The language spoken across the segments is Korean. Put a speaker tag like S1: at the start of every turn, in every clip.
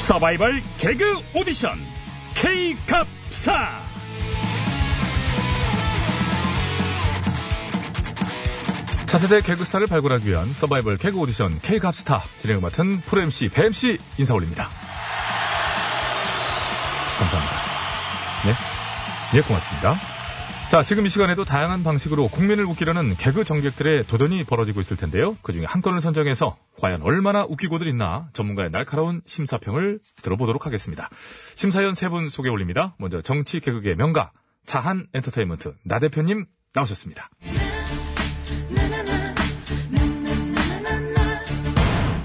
S1: 서바이벌 개그 오디션 K캅스타
S2: 차세대 개그스타를 발굴하기 위한 서바이벌 개그 오디션 K갑스타 진행을 맡은 프로 MC 배 MC 인사 올립니다. 감사합니다. 네, 예 고맙습니다. 자 지금 이 시간에도 다양한 방식으로 국민을 웃기려는 개그 정객들의 도전이 벌어지고 있을 텐데요. 그 중에 한 건을 선정해서 과연 얼마나 웃기고들 있나 전문가의 날카로운 심사평을 들어보도록 하겠습니다. 심사위원 세 분 소개 올립니다. 먼저 정치 개그계 명가 자한 엔터테인먼트 나 대표님 나오셨습니다.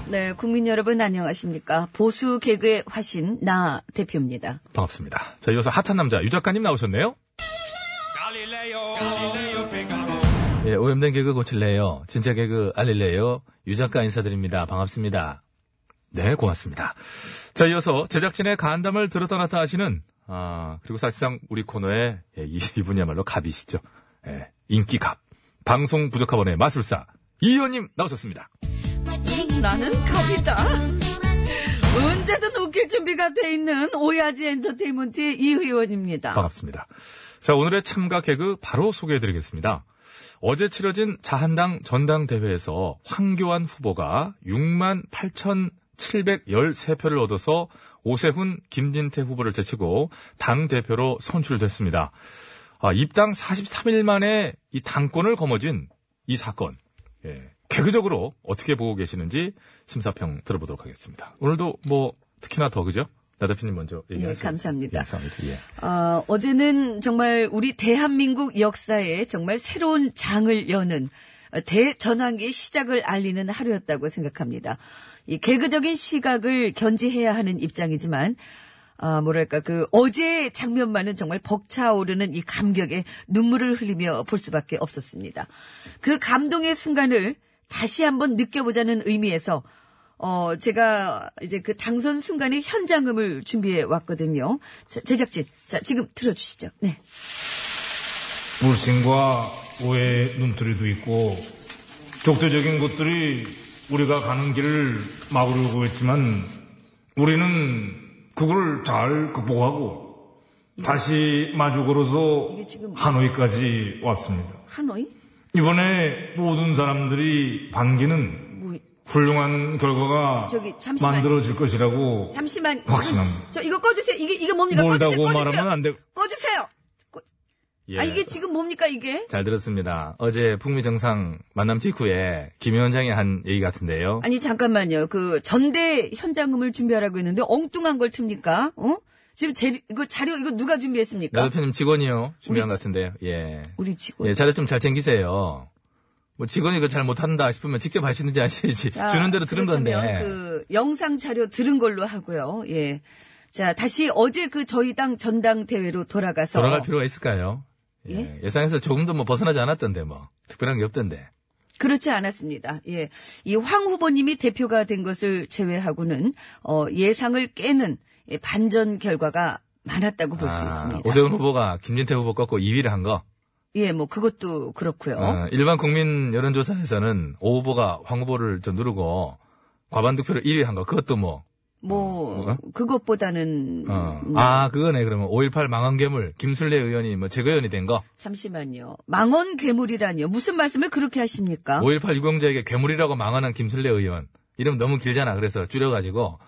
S3: 네, 국민 여러분 안녕하십니까. 보수 개그의 화신 나 대표입니다.
S2: 반갑습니다. 자, 이어서 핫한 남자 유 작가님 나오셨네요.
S4: 예, 오염된 개그 고칠래요. 진짜 개그 알릴래요. 유 작가 인사드립니다. 반갑습니다.
S2: 네, 고맙습니다. 자, 이어서 제작진의 간담을 들었다 놨다 하시는 아, 그리고 사실상 우리 코너의 예, 이- 이분이야말로 갑이시죠. 예, 인기 갑. 방송 부족합원의 마술사 이 의원님 나오셨습니다.
S3: 나는 갑이다. 언제든 웃길 준비가 돼 있는 오야지 엔터테인먼트의 이 의원입니다.
S2: 반갑습니다. 자, 오늘의 참가 개그 바로 소개해 드리겠습니다. 어제 치러진 자한당 전당대회에서 황교안 후보가 6만 8,713표를 얻어서 오세훈, 김진태 후보를 제치고 당대표로 선출됐습니다. 아, 입당 43일 만에 이 당권을 거머쥔 이 사건. 예, 개그적으로 어떻게 보고 계시는지 심사평 들어보도록 하겠습니다. 오늘도 뭐 특히나 더 그죠? 나 대표님 먼저 얘기하시죠.
S3: 감사합니다.
S2: 예, 감사합니다. 예.
S3: 어, 어제는 정말 우리 대한민국 역사에 정말 새로운 장을 여는 어, 대전환기의 시작을 알리는 하루였다고 생각합니다. 이 개그적인 시각을 견지해야 하는 입장이지만 아, 뭐랄까, 그, 어제 장면만은 정말 벅차오르는 이 감격에 눈물을 흘리며 볼 수밖에 없었습니다. 그 감동의 순간을 다시 한번 느껴보자는 의미에서 어, 제가 이제 그 당선 순간의 현장음을 준비해 왔거든요. 자, 제작진, 자, 지금 들어주시죠. 네.
S5: 불신과 오해 눈초리도 있고 적대적인 것들이 우리가 가는 길을 막으려고 했지만 우리는 그걸 잘 극복하고 다시 마주 걸어서
S3: 이게 지금-
S5: 하노이까지 왔습니다.
S3: 하노이?
S5: 이번에 모든 사람들이 반기는
S3: 뭐,
S5: 훌륭한 결과가
S3: 저기, 잠시만요.
S5: 만들어질 것이라고
S3: 잠시만. 음,
S5: 확신합니다.
S3: 저 이거 꺼주세요. 이게, 이게 뭡니까?
S5: 몰다고
S3: 꺼주세요.
S5: 말하면 안 되고
S3: 꺼주세요. 꺼-
S2: 예.
S3: 아, 이게 지금 뭡니까, 이게?
S4: 잘 들었습니다. 어제 북미 정상 만남 직후에 김 위원장이 한 얘기 같은데요.
S3: 아니, 잠깐만요. 그, 전대 현장음을 준비하라고 했는데 엉뚱한 걸 틉니까? 어? 지금 재, 이거 자료, 이거 누가
S4: 나
S3: 준비했습니까?
S4: 대표님 직원이요. 준비한
S3: 아,
S4: 것
S3: 우리
S4: 같은데요. 예.
S3: 우리 직원.
S4: 예, 자료 좀 잘 챙기세요. 뭐 직원이 그거 잘 못한다 싶으면 직접 하시는지 아시지.
S3: 자,
S4: 주는 대로 들은 건데.
S3: 그렇다면 그 영상 자료 들은 걸로 하고요. 예. 자, 다시 어제 그 저희 당 전당대회로 돌아가서
S4: 돌아갈 필요가 있을까요?
S3: 예?
S4: 예. 예상에서 조금도 뭐 벗어나지 않았던데 뭐. 특별한 게 없던데.
S3: 그렇지 않았습니다. 예. 이 황 후보님이 대표가 된 것을 제외하고는 어, 예상을 깨는 예, 반전 결과가 많았다고 볼 수
S4: 아,
S3: 있습니다.
S4: 오세훈 후보가 김진태 후보 꺾고 2위를 한 거.
S3: 예, 뭐 그것도 그렇고요.
S4: 어, 일반 국민 여론조사에서는 오 후보가 황 후보를 좀 누르고 과반 득표를 1위 한 거. 그것도 뭐.
S3: 뭐
S4: 어,
S3: 그것보다는
S4: 어.
S3: 음,
S4: 아 그거네 그러면 5.18 망원괴물 김술래 의원이 뭐 재거연이 된 거.
S3: 잠시만요. 망원 괴물이라니요. 무슨 말씀을 그렇게 하십니까?
S4: 5.18 유공자에게 괴물이라고 망언한 김술래 의원. 이름 너무 길잖아. 그래서 줄여가지고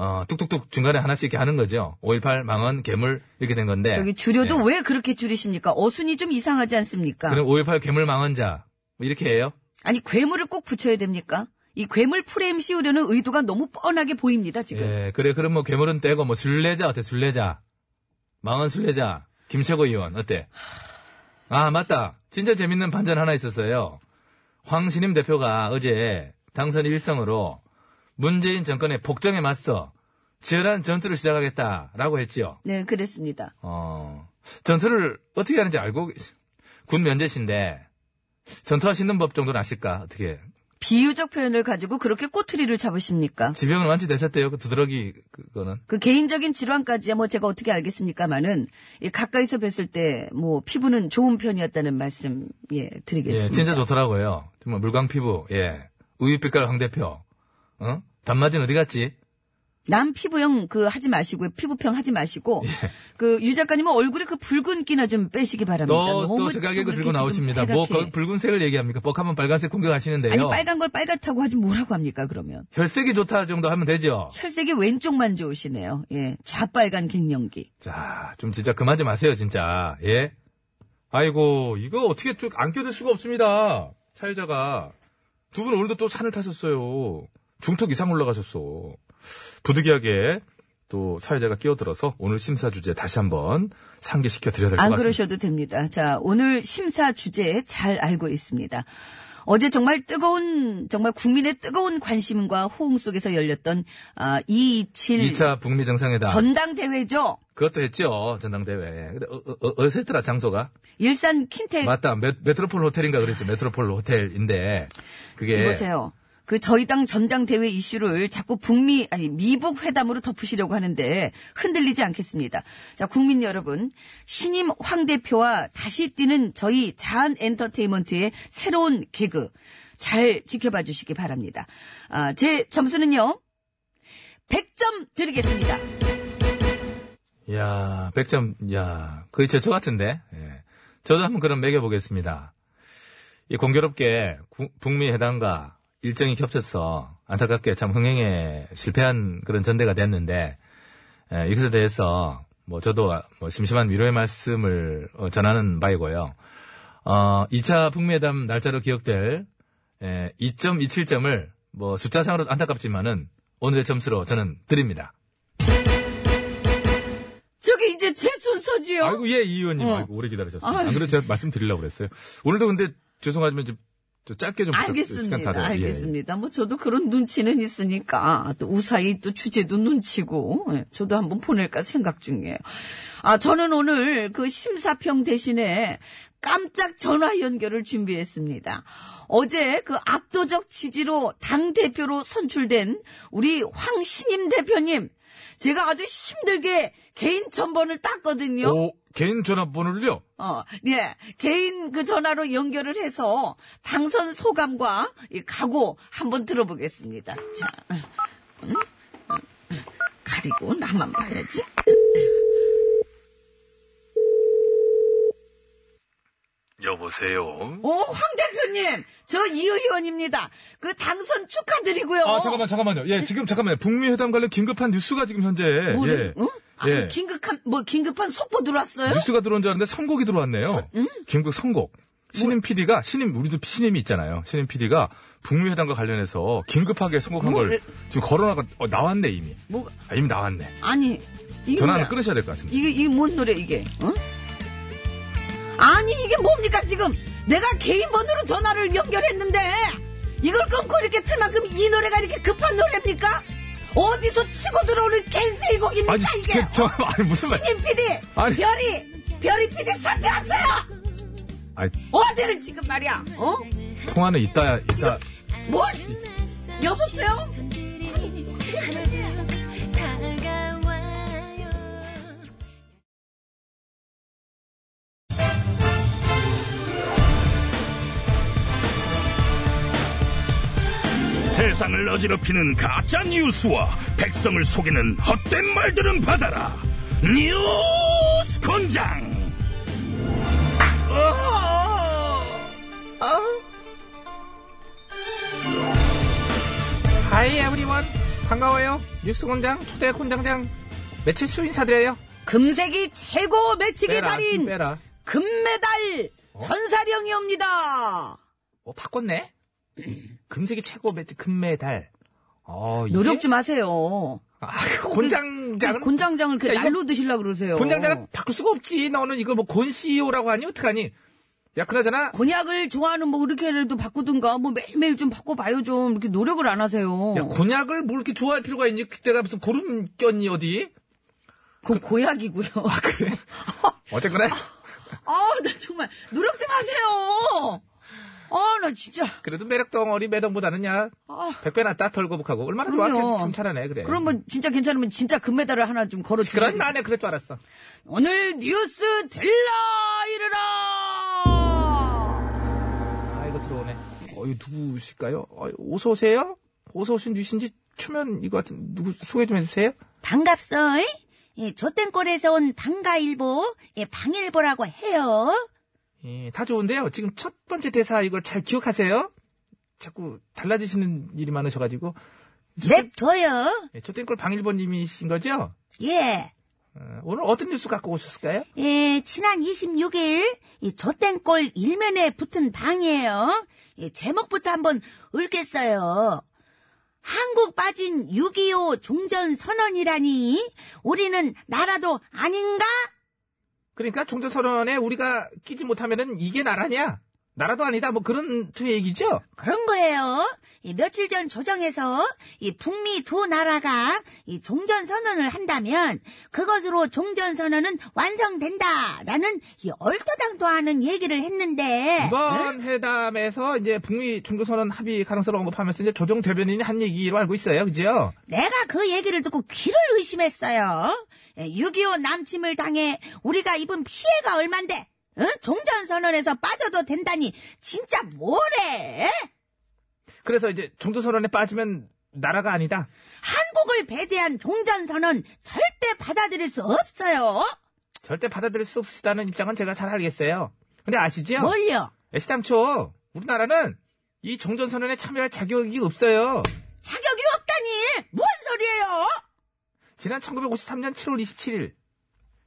S4: 어, 뚝뚝뚝 중간에 하나씩 이렇게 하는 거죠. 5.18 망언 괴물 이렇게 된 건데.
S3: 저기 줄여도
S4: 예.
S3: 왜 그렇게 줄이십니까? 어순이 좀 이상하지 않습니까?
S4: 그럼 5.18 괴물 망언자 뭐 이렇게 해요?
S3: 아니 괴물을 꼭 붙여야 됩니까? 이 괴물 프레임 씌우려는 의도가 너무 뻔하게 보입니다 지금.
S4: 예, 그래 그럼 뭐 괴물은 떼고 뭐 순례자 어때 순례자 망언 순례자 김채고 의원 어때 아 맞다 진짜 재밌는 반전 하나 있었어요 황신임 대표가 어제 당선 일성으로 문재인 정권의 복정에 맞서 치열한 전투를 시작하겠다라고 했지요
S3: 네 그랬습니다.
S4: 어 전투를 어떻게 하는지 알고 계시- 군 면제신데 전투하시는 법 정도는 아실까 어떻게
S3: 비유적 표현을 가지고 그렇게 꼬투리를 잡으십니까?
S4: 지병은 완치되셨대요 그 두드러기 그거는
S3: 그 개인적인 질환까지야 뭐 제가 어떻게 알겠습니까마는 가까이서 뵀을 때 뭐 피부는 좋은 편이었다는 말씀 예
S4: 예,
S3: 드리겠습니다.
S4: 진짜 좋더라고요. 정말 물광 피부, 예. 우유빛깔 황 대표, 어? 단마진 어디 갔지?
S3: 남 피부형 그 하지 마시고요. 피부평 하지 마시고
S4: 예.
S3: 그 유 작가님은 얼굴에 그 붉은 끼나 좀 빼시기 바랍니다.
S4: 또,
S3: 음, 너무
S4: 또 제가 개그
S3: 이렇게
S4: 들고
S3: 지금
S4: 나오십니다. 뭐, 그
S3: 빨갛게.
S4: 붉은색을 얘기합니까? 뻑하면 빨간색 공격하시는데요.
S3: 아니 빨간 걸 빨갛다고 하지 뭐라고 합니까 그러면?
S4: 혈색이 좋다 정도 하면 되죠.
S3: 혈색이 왼쪽만 좋으시네요. 예, 좌빨간
S4: 네,
S3: 갱년기.
S4: 자, 좀 진짜 그만 좀 하세요, 진짜. 예? 아이고, 이거 어떻게 쭉 안 껴들 수가 없습니다. 사회자가. 두 분 오늘도 또 산을 타셨어요. 중턱 이상 올라가셨어. 부득이하게 또 사회자가 끼어들어서 오늘 심사 주제 다시 한번 상기시켜 드려야 될 것
S3: 안
S4: 같습니다.
S3: 그러셔도 됩니다. 자, 오늘 심사 주제 잘 알고 있습니다. 어제 정말 뜨거운 정말 국민의 뜨거운 관심과 호응 속에서 열렸던 아, 227
S4: 2차 북미 정상회담.
S3: 전당대회죠.
S4: 그것도 했죠, 전당대회. 근데 어, 어, 어, 어색더라, 장소가.
S3: 일산 킨텍
S4: 맞다, 메, 메트로폴 호텔인가 그랬죠. 메트로폴 호텔인데.
S6: 예.
S4: 그게.
S3: 이보세요. 그 저희 당 전당대회 이슈를 자꾸 북미 아니 미북 회담으로 덮으시려고 하는데 흔들리지 않겠습니다. 자 국민 여러분 신임 황 대표와 다시 뛰는 저희 자한 엔터테인먼트의 새로운 개그 잘 지켜봐 주시기 바랍니다. 아, 제 점수는요 100점 드리겠습니다.
S4: 야, 100점, 야, 거의 제 저 같은데. 예. 저도 한번 그럼 매겨보겠습니다. 이 공교롭게 구- 북미 회담과 일정이 겹쳐서 안타깝게 참 흥행에 실패한 그런 전대가 됐는데, 예, 이것에 대해서 뭐 저도 아, 뭐 심심한 위로의 말씀을 어, 전하는 바이고요. 어, 2차 북미 회담 날짜로 기억될 예, 2.27점을 뭐 숫자상으로 안타깝지만은 오늘의 점수로 저는 드립니다.
S3: 저게 이제 제 순서지요.
S6: 아이고, 예, 이 의원님.
S3: 어.
S6: 아이고, 오래 기다리셨습니다.
S3: 아유.
S6: 안 그래도 제가 말씀드리려고 그랬어요. 오늘도 근데 죄송하지만 좀, 좀 짧게 좀 부탁- 시간 다
S3: 알겠습니다.
S6: 돼요. 예, 예.
S3: 알겠습니다. 뭐 저도 그런 눈치는 있으니까 아, 또 우사히 또 주제도 눈치고 예, 저도 한번 보낼까 생각 중이에요. 아 저는 오늘 그 심사평 대신에 깜짝 전화 연결을 준비했습니다. 어제 그 압도적 지지로 당 대표로 선출된 우리 황신임 대표님 제가 아주 힘들게 개인 전번을 땄거든요.
S6: 오, 개인 전화번호를요?
S3: 어, 예. 개인 그 전화로 연결을 해서 당선 소감과 이 각오 한번 들어보겠습니다. 자, 음? 가리고 나만 봐야지.
S6: 여보세요?
S3: 오, 황 대표님! 저 이 의원입니다. 그 당선 축하드리고요.
S6: 아, 잠깐만, 잠깐만요. 예, 지금 잠깐만요. 북미 회담 관련 긴급한 뉴스가 지금 현재.
S3: 뭐래?
S6: 예.
S3: 응? 아,
S6: 예.
S3: 긴급한, 뭐, 긴급한 속보 들어왔어요?
S6: 뉴스가 들어온 줄 알았는데 선곡이 들어왔네요. 김국 선곡. 신임 PD가 신임 우리도 신임이 있잖아요. 신임 PD가 북미 회담과 관련해서 긴급하게 선곡한
S3: 뭐를-
S6: 걸 지금 거론하고 어, 나왔네 이미.
S3: 뭐,
S6: 아, 이미 나왔네.
S3: 아니. 이게
S6: 전화
S3: 뭐야?
S6: 하나 끊으셔야 될 것 같습니다.
S3: 이게, 이게 뭔 노래, 이게? 어? 아니, 이게 뭡니까, 지금? 내가 개인 번호로 전화를 연결했는데, 이걸 끊고 이렇게 틀 만큼 이 노래가 이렇게 급한 노래입니까? 어디서 치고 들어오는 겐세이 곡입니까,
S6: 아니,
S3: 이게?
S6: 그, 저,
S4: 어?
S6: 아니 무슨 말?
S3: 신임 PD,
S6: 아니.
S3: 별이, 별이 PD 사퇴하세요!
S6: 아니
S3: 어디를 지금 말이야, 어?
S6: 통화는 이따 이따
S3: 뭘? 여보세요?
S1: 세상을 어지럽히는 가짜 뉴스와 백성을 속이는 헛된 말들은 받아라. 뉴스 권장.
S4: 하이 에브리원 반가워요 뉴스 공장 초대 공장장 며칠 수 인사드려요
S3: 금색이 최고 매치기
S4: 빼라,
S3: 달인,
S4: 빼라
S3: 금메달, 전사령이옵니다.
S4: 어 바꿨네 금색이 최고 매, 금메달 어 이게?
S3: 노력 좀 하세요.
S4: 아, 그 곤장장은
S3: 곤장장을 그
S4: 야, 이거-
S3: 날로 드시려고 그러세요.
S4: 곤장장은 바꿀 수가 없지 너는 이걸 뭐 곤시오라고 하니 어떡하니 야 그나저나
S3: 곤약을 좋아하는 뭐 이렇게라도 바꾸든가 뭐 매일매일 좀 바꿔봐요 좀 이렇게 노력을 안 하세요.
S4: 야, 곤약을 뭘 이렇게 좋아할 필요가 있니 그때가 무슨 고름 꼈니 어디
S3: 그 고약이고요. 아 그래?
S4: 어쨌거나
S3: 아나 정말 노력 좀 하세요. 아 나 진짜
S4: 그래도 매력 덩어리 매덩보다는 야
S3: 아.
S4: 백배 낫다 덜거북하고 얼마나 좋아
S3: 그럼요.
S4: 참 잘하네 그래
S3: 그럼 뭐 진짜 괜찮으면 진짜 금메달을 하나 좀 걸어 주세요.
S4: 그런 만에 그럴 줄 알았어
S3: 오늘 뉴스 들라 이르라.
S4: 어, 아, 이거 어, 들어오네. 어이, 누구실까요? 어이, 어서 오세요? 어서 오신 뉴신지 초면 이거 같은 누구 소개 좀 해주세요.
S3: 반갑소. 예, 조땡골에서 온 방가일보, 예, 방일보라고 해요.
S4: 예, 다 좋은데요. 지금 첫 번째 대사 이걸 잘 기억하세요. 자꾸 달라지시는 일이 많으셔가지고
S3: 네, 냅둬요.
S4: 예, 초땡골 방일보님이신 거죠?
S3: 예.
S4: 어, 오늘 어떤 뉴스 갖고 오셨을까요?
S3: 예, 지난 26일, 이 조땡골 일면에 붙은 방이에요. 예, 제목부터 한번 읽겠어요. 한국 빠진 6.25 종전 선언이라니, 우리는 나라도 아닌가?
S4: 그러니까 종전선언에 우리가 끼지 못하면은 이게 나라냐? 나라도 아니다. 뭐 그런 투의 얘기죠?
S3: 그런 거예요. 이 며칠 전 조정에서 이 북미 두 나라가 이 종전 선언을 한다면 그것으로 종전 선언은 완성된다라는 이 얼토당토하는 얘기를 했는데
S4: 이번 회담에서 이제 북미 종전선언 합의 가능성을 언급하면서 이제 조정 대변인이 한 얘기로 알고 있어요. 그죠?
S3: 내가 그 얘기를 듣고 귀를 의심했어요. 6.25 남침을 당해 우리가 입은 피해가 얼만데 응? 종전 선언에서 빠져도 된다니 진짜 뭐래?
S4: 그래서 이제 종전선언에 빠지면 나라가 아니다.
S3: 한국을 배제한 종전 선언 절대 받아들일 수 없어요.
S4: 절대 받아들일 수 없다는 입장은 제가 잘 알겠어요. 근데 아시죠?
S3: 뭘요?
S4: 애시당초 우리나라는 이 종전선언에 참여할 자격이 없어요.
S3: 자격이 없다니! 뭔 소리예요?
S4: 지난 1953년 7월 27일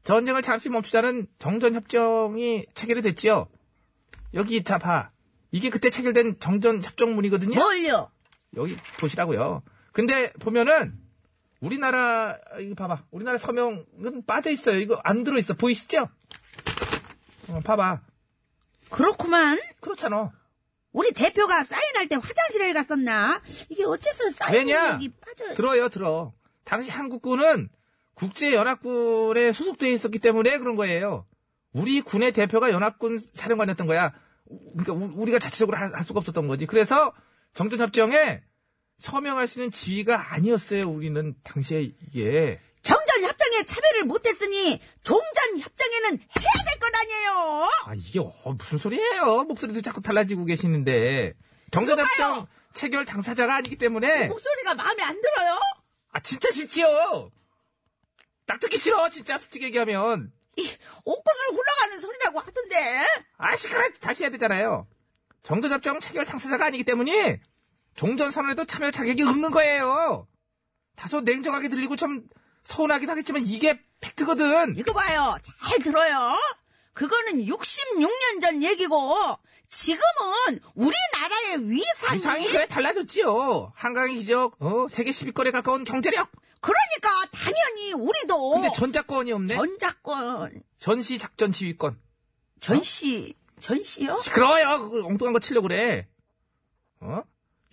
S4: 전쟁을 잠시 멈추자는 정전협정이 체결이 됐지요. 여기 자 봐. 이게 그때 체결된 정전협정문이거든요.
S3: 뭘요?
S4: 여기 보시라고요. 근데 보면은 우리나라 이거 봐봐. 우리나라 서명은 빠져 있어요. 이거 안 들어 있어. 보이시죠? 어, 봐봐.
S3: 그렇구만.
S4: 그렇잖아.
S3: 우리 대표가 사인할 때 화장실에 갔었나? 이게 어째서 사인이
S4: 왜냐?
S3: 여기 빠져...
S4: 들어요, 들어. 당시 한국군은 국제연합군에 소속되어 있었기 때문에 그런 거예요. 우리 군의 대표가 연합군 사령관이었던 거야. 우- 그러니까 우- 우리가 자체적으로 할, 할 수가 없었던 거지. 그래서 정전협정에 서명할 수 있는 지위가 아니었어요. 우리는 당시에 이게.
S3: 정전협정에 참여를 못했으니 종전협정에는 해야 될 것 아니에요?
S4: 아 이게 어, 무슨 소리예요? 목소리도 자꾸 달라지고 계시는데 정전협정 체결 당사자가 아니기 때문에
S3: 어, 목소리가 마음에 안 들어요?
S4: 아 진짜 싫지요. 딱 듣기 싫어 진짜 솔직히 얘기하면.
S3: 이, 옷구슬 굴러가는 소리라고 하던데.
S4: 아, 시끄러 다시 해야 되잖아요. 정전협정 체결 당사자가 아니기 때문에 종전선언에도 참여 자격이 없는 거예요. 다소 냉정하게 들리고 좀 서운하긴 하겠지만 이게 팩트거든.
S3: 이거 봐요. 잘 들어요. 그거는 66년 전 얘기고 지금은 우리나라의 위상이
S4: 아, 이상이 왜 달라졌지요? 한강의 기적, 어, 세계 10위권에 가까운 경제력.
S3: 그러니까 당연히 우리도
S4: 근데 전작권이 없네.
S3: 전작권
S4: 전시 작전 지휘권.
S3: 전시 전시요?
S4: 시끄러워요. 그 엉뚱한 거 치려고 그래. 어?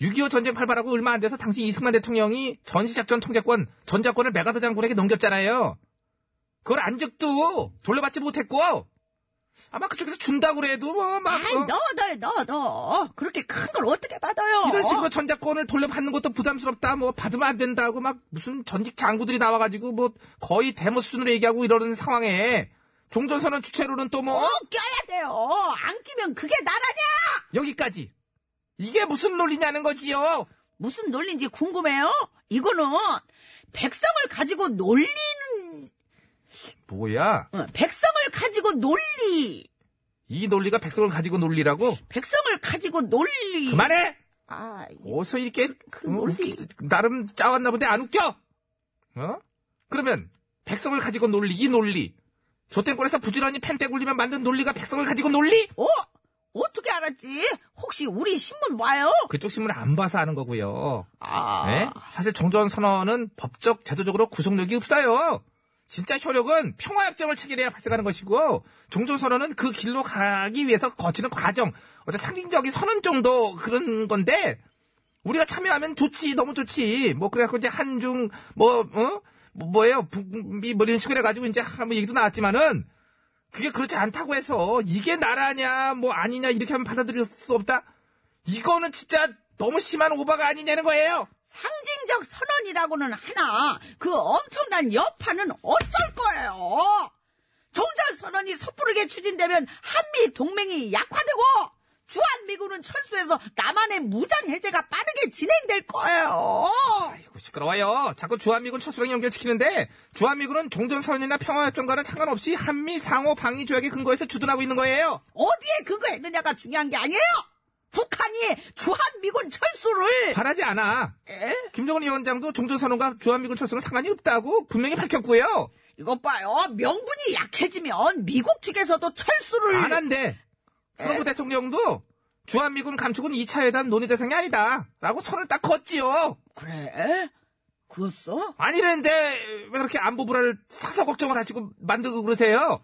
S4: 6.25 전쟁 발발하고 얼마 안 돼서 당시 이승만 대통령이 전시작전 통제권, 전작권을 메가더 장군에게 넘겼잖아요. 그걸 안적도 돌려받지 못했고, 아마 그쪽에서 준다고 그래도 뭐, 막,
S3: 아이
S4: 어,
S3: 넣어둬요 넣어둬 그렇게 큰 걸 어떻게 받아요?
S4: 이런 식으로 전작권을 돌려받는 것도 부담스럽다, 뭐, 받으면 안 된다고 막, 무슨 전직 장구들이 나와가지고, 뭐, 거의 데모 수준으로 얘기하고 이러는 상황에, 종전선언 주체로는 또 뭐,
S3: 꼭 어, 껴야 돼요. 안 끼면 그게 나라냐?
S4: 여기까지. 이게 무슨 논리냐는 거지요.
S3: 무슨 논리인지 궁금해요. 이거는 백성을 가지고 놀리는
S4: 뭐야?
S3: 어, 백성을 가지고 논리
S4: 이 논리가 백성을 가지고 논리라고?
S3: 백성을 가지고 논리.
S4: 그만해!
S3: 아, 이게
S4: 어서 이렇게
S3: 그
S4: 어,
S3: 논리.
S4: 웃기- 나름 짜왔나 본데 안 웃겨? 어? 그러면 백성을 가지고 논리 이 논리 조땡골에서 부지런히 펜떼 굴리면 만든 논리가 백성을 가지고 논리?
S3: 어? 어떻게 알았지? 혹시 우리 신문 봐요?
S4: 그쪽 신문 안 봐서 아는 거고요.
S3: 아,
S4: 네? 사실 종전 선언은 법적 제도적으로 구속력이 없어요. 진짜 효력은 평화협정을 체결해야 발생하는 것이고 종전 선언은 그 길로 가기 위해서 거치는 과정, 어떤 상징적인 선언 정도 그런 건데 우리가 참여하면 좋지, 너무 좋지. 뭐 그래갖고 이제 한중 뭐 어? 뭐, 뭐예요, 북미 뭐 이런 식으로 해가지고 이제 한번 얘기도 나왔지만은 그게 그렇지 않다고 해서 이게 나라냐 뭐 아니냐 이렇게 하면 받아들일 수 없다. 이거는 진짜 너무 심한 오바가 아니냐는 거예요.
S3: 상징적 선언이라고는 하나 그 엄청난 여파는 어쩔 거예요? 종전 선언이 섣부르게 추진되면 한미 동맹이 약화되고 주한 미군은 철수해서 남한의 무장 해제가 빠르게 진행될 거예요.
S4: 아이고 아이고 시끄러워요. 자꾸 주한미군 철수랑 연결시키는데 주한미군은 종전선언이나 평화협정과는 상관없이 한미 상호 방위 조약에 근거해서 주둔하고 있는 거예요.
S7: 어디에 그거 했느냐가 중요한 게 아니에요. 북한이 주한미군 철수를
S4: 바라지 않아.
S7: 에?
S4: 김정은 위원장도 종전선언과 주한미군 철수는 상관이 없다고 분명히 밝혔고요.
S7: 이것 봐요. 명분이 약해지면 미국 측에서도 철수를
S4: 안 한대. 트럼프 대통령도 주한미군 감축은 2차 회담 논의 대상이 아니다. 라고 선을 딱 걷지요.
S7: 그래? 그었어?
S4: 아니라는데 왜 그렇게 안보 불안을 사서 걱정을 하시고 만들고 그러세요?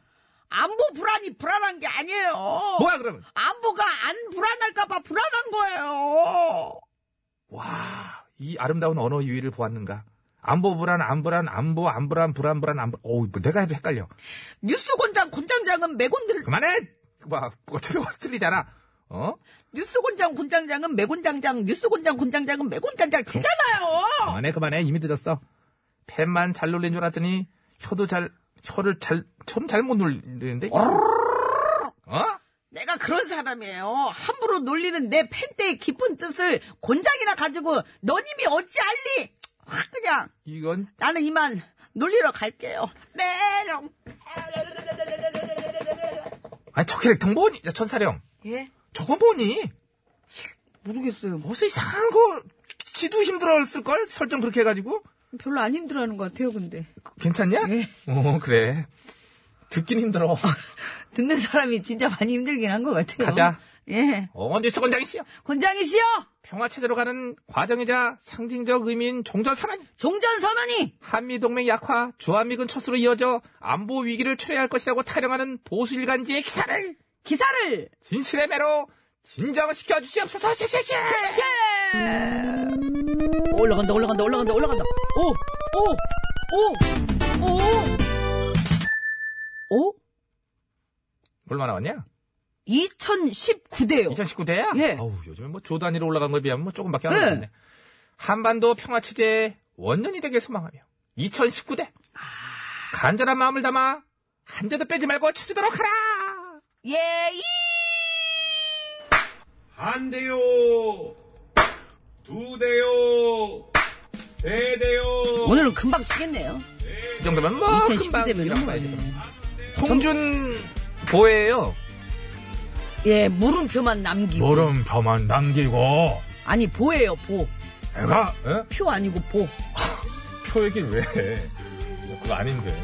S7: 안보 불안이 불안한 게 아니에요.
S4: 뭐야 그러면?
S7: 안보가 안 불안할까봐 불안한 거예요.
S4: 와, 이 아름다운 언어 유희를 보았는가? 안보 불안, 안 불안, 안보, 안 불안, 불안, 불안, 안 불안. 어우, 뭐 내가 해도 헷갈려.
S7: 뉴스곤장 곤장장은 매곤들
S4: 그만해! 막, 어차피 확 틀리잖아. 어?
S7: 뉴스곤장 곤장장은 매곤장장 뉴스곤장 곤장장은 매곤장장 되잖아요.
S4: 그만해, 그만해. 이미 늦었어. 펜만 잘 놀린 줄 알았더니, 혀도 잘, 혀를 잘, 혀는 잘 못 놀리는데? 어?
S7: 내가 그런 사람이에요. 함부로 놀리는 내 팬때의 깊은 뜻을 곤장이나 가지고 너님이 어찌 알리? 확 그냥
S4: 이건,
S7: 나는 이만 놀리러 갈게요. 메롱.
S4: 아니, 저 캐릭터 뭐니? 야, 천사령.
S3: 예?
S4: 저거 뭐니?
S3: 모르겠어요.
S4: 어서 이상한 거, 지도 힘들었을걸? 설정 그렇게 해가지고?
S3: 별로 안 힘들어하는 것 같아요, 근데.
S4: 괜찮냐?
S3: 예.
S4: 어, 그래. 듣긴 힘들어.
S3: 듣는 사람이 진짜 많이 힘들긴 한 것 같아요.
S4: 가자.
S3: 예.
S4: 어디서 권장이시여?
S3: 권장이 씨요!
S4: 평화 체제로 가는 과정이자 상징적 의미인 종전 선언,
S3: 종전선언이!
S4: 한미 동맹 약화, 주한미군 철수로 이어져 안보 위기를 초래할 것이라고 타령하는 보수 일간지의 기사를
S3: 기사를!
S4: 진실의 매로 진정시켜 주시옵소서. 씩씩씩.
S3: 쉐! 올라간다, 올라간다, 올라간다, 올라간다. 오! 오! 오! 오! 오?
S4: 얼마나 왔냐?
S3: 2019대요.
S4: 2019대야?
S3: 예.
S4: 어우, 요즘에 뭐 조단위로 올라간 거에 비하면 뭐 조금밖에 안
S3: 예.
S4: 올랐네. 한반도 평화 체제의 원년이 되길 소망하며 2019대
S3: 아.
S4: 간절한 마음을 담아 한 대도 빼지 말고 쳐주도록 하라.
S7: 예, 이
S8: 한 대요, 두 대요, 세 대요.
S3: 오늘은 금방 치겠네요.
S4: 이 정도면 뭐
S3: 2019
S4: 금방
S3: 되면
S4: 이런
S3: 뭐.
S4: 거야, 지금. 홍준 보혜예요.
S3: 예, 물음표만 남기고.
S8: 물음표만 남기고,
S3: 아니, 보예요, 보.
S8: 내가,
S4: 예?
S8: 에?
S3: 표 아니고 보.
S2: 표 얘기를 왜 해? 그거 아닌데.